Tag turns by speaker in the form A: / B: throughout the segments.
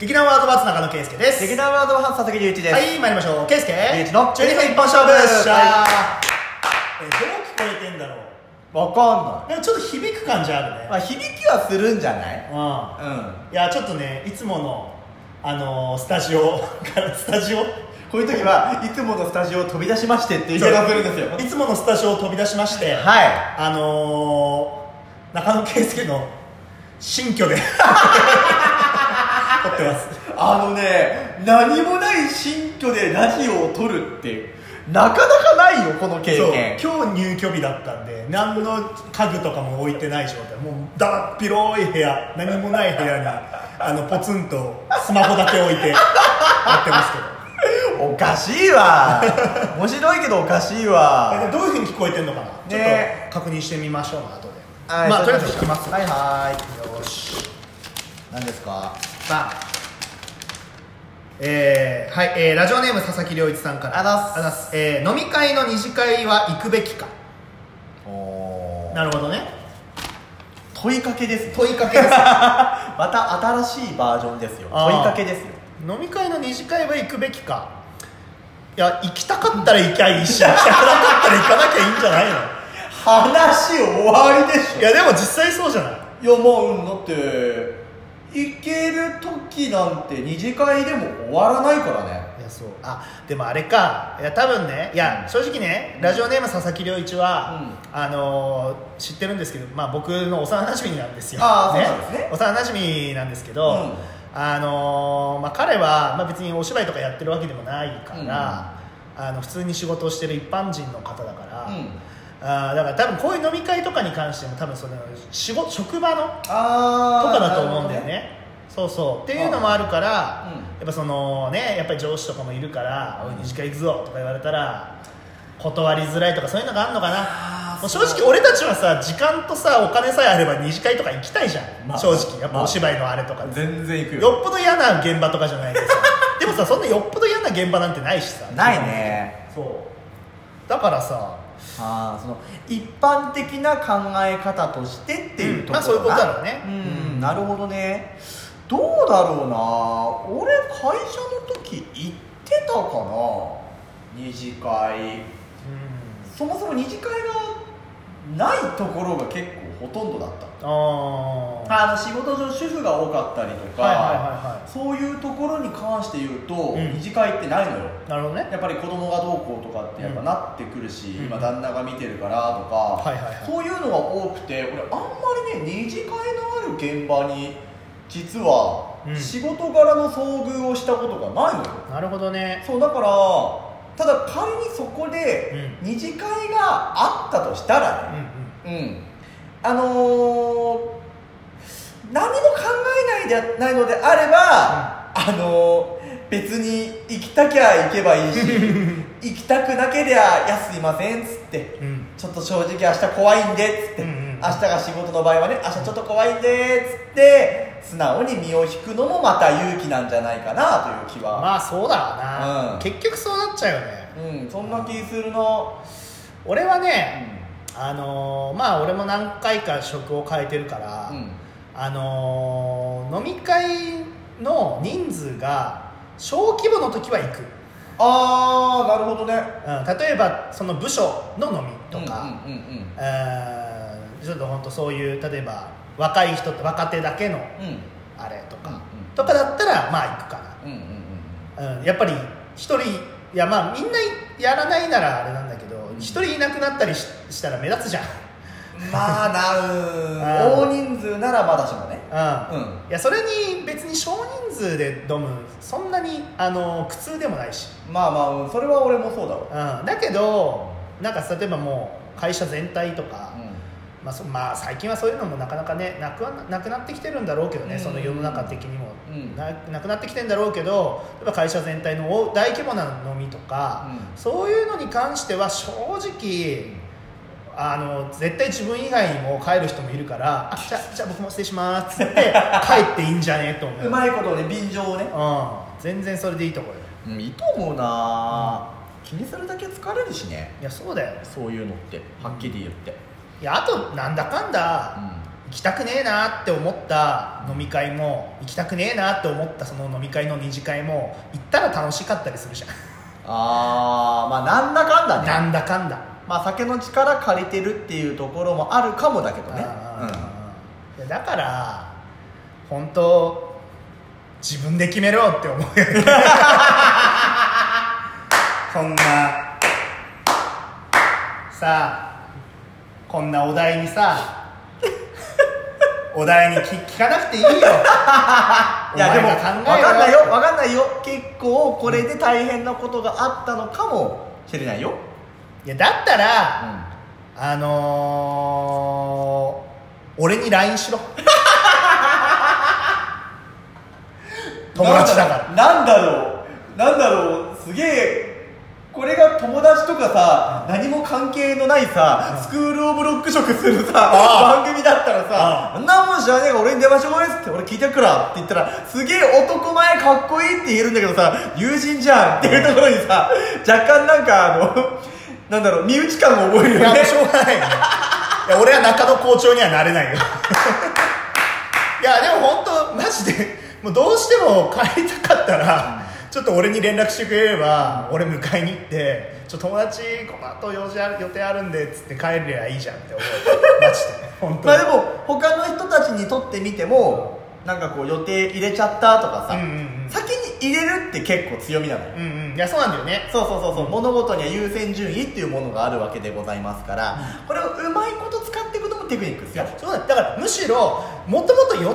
A: 劇団ワードバーツ中野圭介です
B: 劇団ワードは佐々木隆一です、
A: はい参りましょう圭介
B: 隆一の
A: 12分一本勝負
B: よっし
A: し
B: ゃ
A: えどう聞こえてんだろう
B: ーわかんな
A: な
B: い、
A: んかちょっと響く感じあるね、
B: まあ、響きはするんじゃない
A: うんいやちょっとねいつものあのースタジオ からスタジオ
B: こういう時はいつものスタジオを飛び出しましてっていう言い方をするんですよ
A: いつものスタジオを飛び出しまして
B: は
A: あのー、中野圭介の新居 で撮ってます
B: いあのね何もない新居でラジオを撮るってなかなかないよこの経験
A: そう今日入居日だったんで何の家具とかも置いてない状態もうだっ広い部屋何もない部屋 にあのポツンとスマホだけ置いて やってますけど
B: おかしい わ面白いけどおかしい
A: あ
B: わ
A: でどういうふうに聞こえてるのかな、
B: ね
A: ちょっと確認してみましょう後で、
B: はい
A: まあと
B: そ
A: り
B: れ
A: あえず聞きます
B: はいは
A: よし
B: い何ですか
A: さあえーはい、えーラジオネーム佐々木良一さんから
B: あざっす
A: ざっす、えー飲み会の二次会は行くべきか
B: おー
A: なるほどね
B: 問いかけですね
A: 問いかけです
B: また新しいバージョンですよ
A: あー
B: 問いかけですよ
A: 飲み会の二次会は行くべきかいや行きたかったら行きゃいいし行きたくなかったら行かなきゃいいんじゃないの
B: 話終わりでし
A: いやでも実際そうじゃない
B: いやまあうんだって行ける時なんて二次会でも終わらないからね
A: いやそうあでもあれかいや多分ねいや正直ねラジオネーム佐々木良一は、あのー知ってるんですけど、まあ、僕の幼馴染みなんですよ
B: あーそうなんですね
A: 幼馴染みなんですけど、
B: うん
A: あのーまあ、彼は、まあ、別にお芝居とかやってるわけでもないから、あの普通に仕事をしてる一般人の方だから、
B: うん
A: あーだから多分こういう飲み会とかに関しても多分その仕事職場の
B: あ
A: とかだと思うんだよねそうそうっていうのもあるから、
B: うん
A: やっぱそのねやっぱり上司とかもいるから「おい二次会行くぞ」とか言われたら断りづらいとかそういうのがあるのかな
B: あー
A: もう正
B: そう
A: 直俺たちはさ時間とさお金さえあれば二次会とか行きたいじゃん、
B: まあ
A: 正直やっ
B: ま
A: ぱ
B: あ
A: お芝居のあれとかで
B: 全然行く
A: よっぽど嫌な現場とかじゃないですか でもさそんなよっぽど嫌な現場なんてないしさ
B: ないね
A: そうだからさ
B: ああその一般的な考え方としてっていうところ
A: まあそういうことだろうね
B: うん、なるほどねどうだろうな俺会社の時行ってたかな二次会
A: うん
B: そもそも二次会がないところが結構ほとんどだった
A: ああ
B: あの仕事上主婦が多かったりとか、
A: はいはいはいは
B: そういうところに関して言うと、
A: ん
B: 二次会ってないのよ
A: なるほどね
B: やっぱり子供がどうこうとかってやっぱなってくるし、
A: ん
B: 今旦那が見てるからとか、
A: はいはいはい
B: そういうのが多くて俺あんまりね二次会のある現場に実は
A: うん
B: 仕事柄の遭遇をしたことがないのよ、
A: なるほどね
B: そうだからただ仮にそこで二次会があったとしたらね、
A: うんうん
B: うん、あのー何も考えないでないのであれば、あのー別に行きたきゃ行けばい いし行きたくなけりゃ「いやすいません」っつって、
A: うん
B: ちょっと正直明日怖いんで」っつって、
A: うんうん
B: 明日が仕事の場合はね明日ちょっと怖いんで」っつって素直に身を引くのもまた勇気なんじゃないかなという気は、
A: まあそうだろうな、
B: うん
A: 結局そうなっちゃうよね
B: うんそんな気するな、
A: 俺はね、あのーまあ俺も何回か職を変えてるから、
B: うん
A: あのー飲み会の人数が小規模の時は行く、
B: ああなるほどね
A: うん、例えばその部署の飲みとか、
B: うんうんうんうん
A: うんちょっと本当そういう例えば若い人と若手だけの
B: うん
A: あれとか、
B: うんうん
A: とかだったらまあ行くかな
B: うんうんうん
A: うん、やっぱり一人いやまあみんなやらないならあれなんだけど
B: ん
A: 一、人いなくなったりししたら目立つじゃん、
B: まあなう
A: あー
B: 大人数ならまだしもね
A: うん
B: うん
A: いやそれに別に少人数で飲むそんなにあの苦痛でもないし、
B: まあまあうんそれは俺もそうだわ
A: うん、だけどなんか例えばもう会社全体とか、まあそまあ、最近はそういうのもなかなかねなくはなくなってきてるんだろうけどね、
B: うん
A: その世の中的にも、
B: うん
A: ななくなってきてんだろうけどやっぱ会社全体の大規模な飲みとか、
B: うん
A: そういうのに関しては正直あの絶対自分以外にも帰る人もいるからあじゃあじゃあ僕も失礼しますって帰っていいんじゃねえと思う
B: うまいことをね便乗をね
A: うん、全然それでいいと思うよ
B: うんいいと思うな気にするだけ疲れるしね
A: いやそうだよ
B: そういうのってはっきり言って
A: いやあとなんだかんだ、
B: うん
A: 行行きたくねえなって思った飲み会も行きたくねえなって思ったその飲み会の二次会も行ったら楽しかったりするじゃ
B: あーまあなんだかんだ
A: ん
B: ね
A: なんだかんだ、
B: まあ酒の力借りてるっていうところもあるかもだけどね
A: あーいやだから本当自分で決めろって思うよね こんなさあこんなお題にさお題に聞聞かなくていいよ
B: いやでも
A: お
B: 分
A: 前が考えろ
B: かんないよ分かんないよ結構これで大変なことがあったのかもしれないよ、
A: いやだったら、
B: う
A: あのー、俺に LINE しろ友達だから
B: なんだろうなんだろうすげえこれが友達とかさ何も関係のないさスクールオブロック食する
A: あ
B: さ番組だったらさ
A: あ
B: 「あんなもん知らねえが俺に出ましょうです」って俺聞いてくからって言ったらすげえ男前かっこいいって言えるんだけどさ友人じゃんっていうところにさ若干なんかあのなんだろう身内感を覚える
A: い
B: よ
A: やも
B: ね
A: うしょうが ないよねいや俺は中野校長にはなれないよ いやでも本当マジでもうどうしても帰りたかったら、ちょっと俺に連絡してくれれば俺迎えに行ってちょ友達この後用事ある予定あるんでっつって帰れりゃいいじゃんって思うマジで本当
B: まあ
A: に
B: でも他の人たちにとってみてもなんかこう予定入れちゃったとかさ、
A: うんうんうん
B: 先に入れるって結構強みなのよ、
A: うんうんいやそうなんだよね
B: そうそうそうそう物事には優先順位っていうものがあるわけでございますから、これをうまいこと使っていくのもテクニックです
A: い
B: よ
A: やそうだだからむしろもともと予定入っ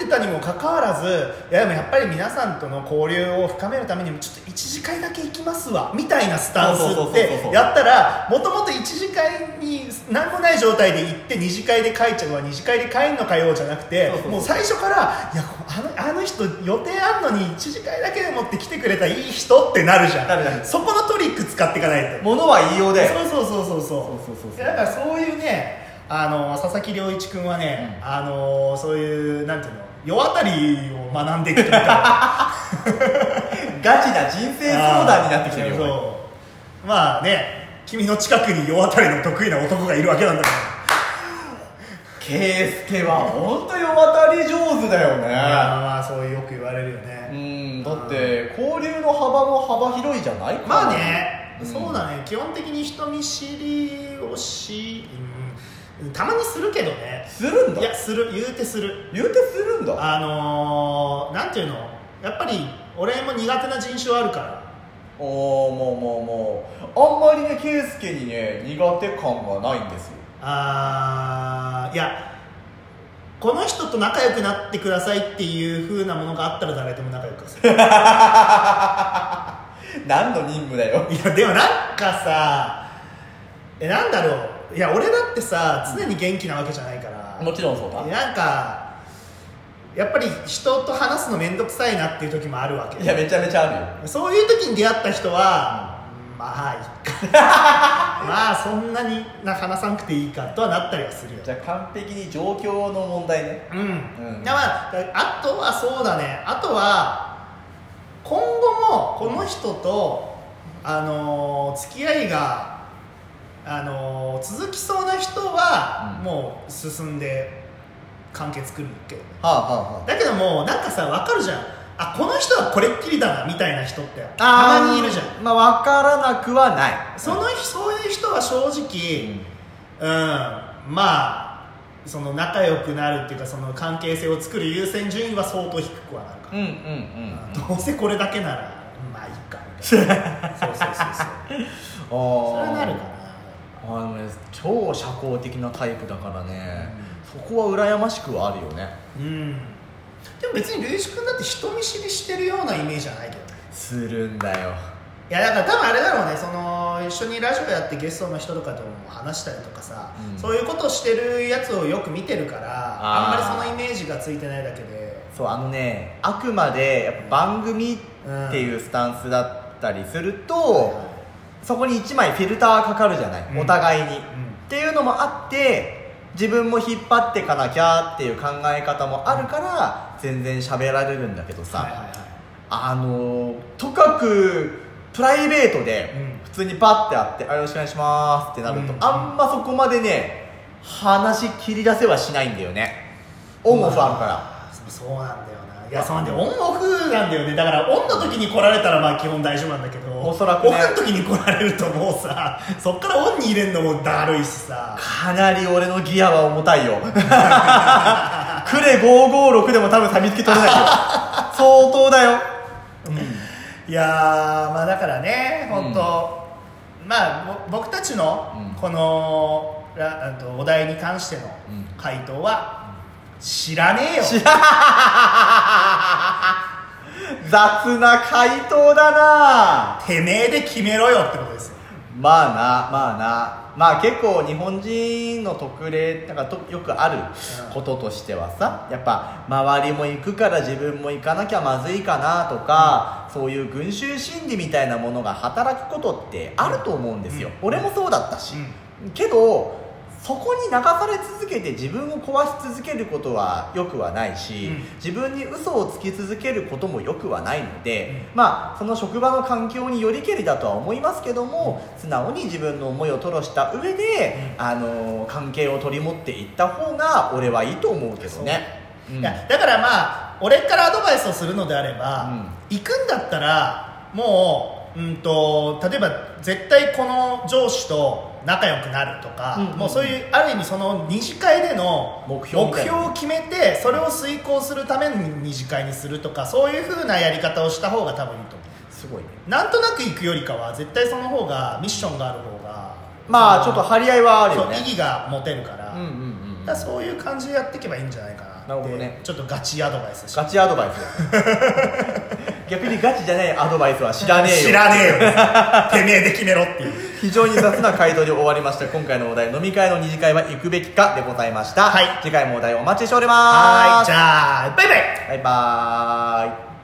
A: てたにもかかわらずいやでもやっぱり皆さんとの交流を深めるためにもちょっと1次会だけ行きますわみたいなスタンス
B: そうそうそう
A: っ
B: そうそう
A: てやったらもともと1次会に何もない状態で行って2次会で帰っちゃうわ2次会で帰んのかよじゃなくて
B: そうそうそう
A: もう最初からいやあのあの人予定あんのに1次会だけでもって来てくれたいい人ってなるじ
B: なるな
A: ゃん
B: る
A: そこのトリック使っていかないと。
B: 物は言いようで
A: そうそうそうそうそう
B: そうそうそうそう
A: いやだからそういうねあの佐々木良一君はね、
B: う
A: あのそういうなんていうの世渡りを学んでいくという か
B: ガチな人生相談になってきてるよ
A: そうまあね君の近くに世渡りの得意な男がいるわけなんだか
B: 圭介は本当に世渡り上手だよね、
A: ら、まあまあそういうよく言われるよ
B: う
A: ね、
B: んだって交流の幅も幅広いじゃない
A: まあね、
B: ん
A: そうだね基本的に人見知りをし、うんたまにするけどね
B: するんだ
A: いやする言うてする
B: 言うてするんだ
A: あのー、なんていうのやっぱり俺も苦手な人種あるから
B: おおもうもうもうあんまりね圭介にね苦手感がないんですよ
A: あーいやこの人と仲良くなってくださいっていう風なものがあったら誰とも仲良くす る
B: 何の任務だよ
A: いやでもなんかさえなんだろういや俺だってさ常に元気なわけじゃないから
B: もちろんそうだ
A: いやなんかやっぱり人と話すの面倒くさいなっていう時もあるわけ
B: いやめちゃめちゃあるよ
A: そういう時に出会った人は、まあいいか まあそんなにな話さなくていいかとはなったりはするよ
B: じゃあ完璧に状況の問題ね
A: うん、
B: うん
A: だからあとはそうだねあとは今後もこの人と、あのー付き合いが、あのー続きそうな人は、
B: うん
A: もう進んで関係作るけどね
B: はあはあは
A: だけどもなんかさ分かるじゃんあこの人はこれっきりだなみたいな人って
B: あ
A: たまにいるじゃん
B: まあ分からなくはない
A: その日そういう人は正直、うん、まあその仲良くなるっていうかその関係性を作る優先順位は相当低くはなるか
B: うんうんうん
A: ら、どうせこれだけならまあいいかみたいな そうそうそうそう
B: あ
A: それは
B: あ
A: なるか
B: あのね超社交的なタイプだからね、そこは羨ましくはあるよね
A: なうんでも別に龍一君だって人見知りしてるようなイメージじゃないけどね
B: するんだよ
A: いやだから多分あれだろうねその一緒にラジオやってゲストの人とかとも話したりとかさ、
B: うん
A: そういうことをしてるやつをよく見てるからあ
B: あー
A: んまりそのイメージがついてないだけで
B: そうあのねあくまでやっぱ番組っていうスタンスだったりすると、そこに1枚フィルターかかるじゃない、
A: うん
B: お互いに、っ
A: ん
B: ていうのもあって自分も引っ張ってかなきゃっていう考え方もあるから全然喋られるんだけどさ、
A: はいはいはい
B: あのーとかくプライベートで
A: うん
B: 普通にパッて会って「あよろしくお願いします」ってなると、
A: うん
B: あんまそこまでね話切り出せはしないんだよねオンオフあるから、
A: そうなんだよないやそうなんだよオンオフなんだよねだからオンの時に来られたらまあ基本大丈夫なんだけど
B: おそらくね
A: オフの時に来られるともうさそっからオンに入れるのもだるいしさ
B: かなり俺のギアは重たいよ クレ556でも多分サビ付き取れないよ相当だよ
A: いやーまあだからね本当、まあぼ僕たちの
B: うん
A: この、らあとお題に関しての
B: うん
A: 回答は、知らねえよ
B: 知ら雑な回答だな
A: てめえで決めろよってことですよ
B: まあなまあなまあ結構日本人の特例なんかとよくある
A: うん
B: こととしてはさやっぱ周りも行くから自分も行かなきゃまずいかなとか、そういう群衆心理みたいなものが働くことってあると思うんですよ、
A: うん
B: 俺もそうだったし、けどそこに流され続けて自分を壊し続けることはよくはないし、
A: うん
B: 自分に嘘をつき続けることもよくはないので、まあその職場の環境によりけりだとは思いますけども素直に自分の思いを吐露した上で、あのー関係を取り持っていった方が俺はいいと思うけどね。うん
A: いやだからまあ俺からアドバイスをするのであれば、行くんだったらもう、うん、と例えば絶対この上司と仲良くなるとか、
B: うんうんうん
A: もうそういうある意味その二次会での
B: 目標みたいな
A: 目を決めてそれを遂行するために二次会にするとかそういう風なやり方をした方が多分いいと思
B: すごいね
A: うなんとなく行くよりかは絶対その方がミッションがある方が
B: まあち
A: そ
B: ょっ
A: の
B: と張り合いはあるよ
A: そう
B: ね
A: 意義が持てるから,、
B: うんうんうん
A: だからそういう感じでやっていけばいいんじゃないかなって
B: なるほどね
A: ちょっとガチアドバイスして
B: ガチアドバイス 逆にガチじゃないアドバイスは知らねえよ
A: 知らねえよてめえで決めろっていう
B: 非常に雑な回答で終わりました今回のお題飲み会の二次会は行くべきかでございました、
A: はい
B: 次回もお題お待ちしており
A: は
B: ま
A: ーい
B: す
A: じゃあバイバイ
B: バイバーイ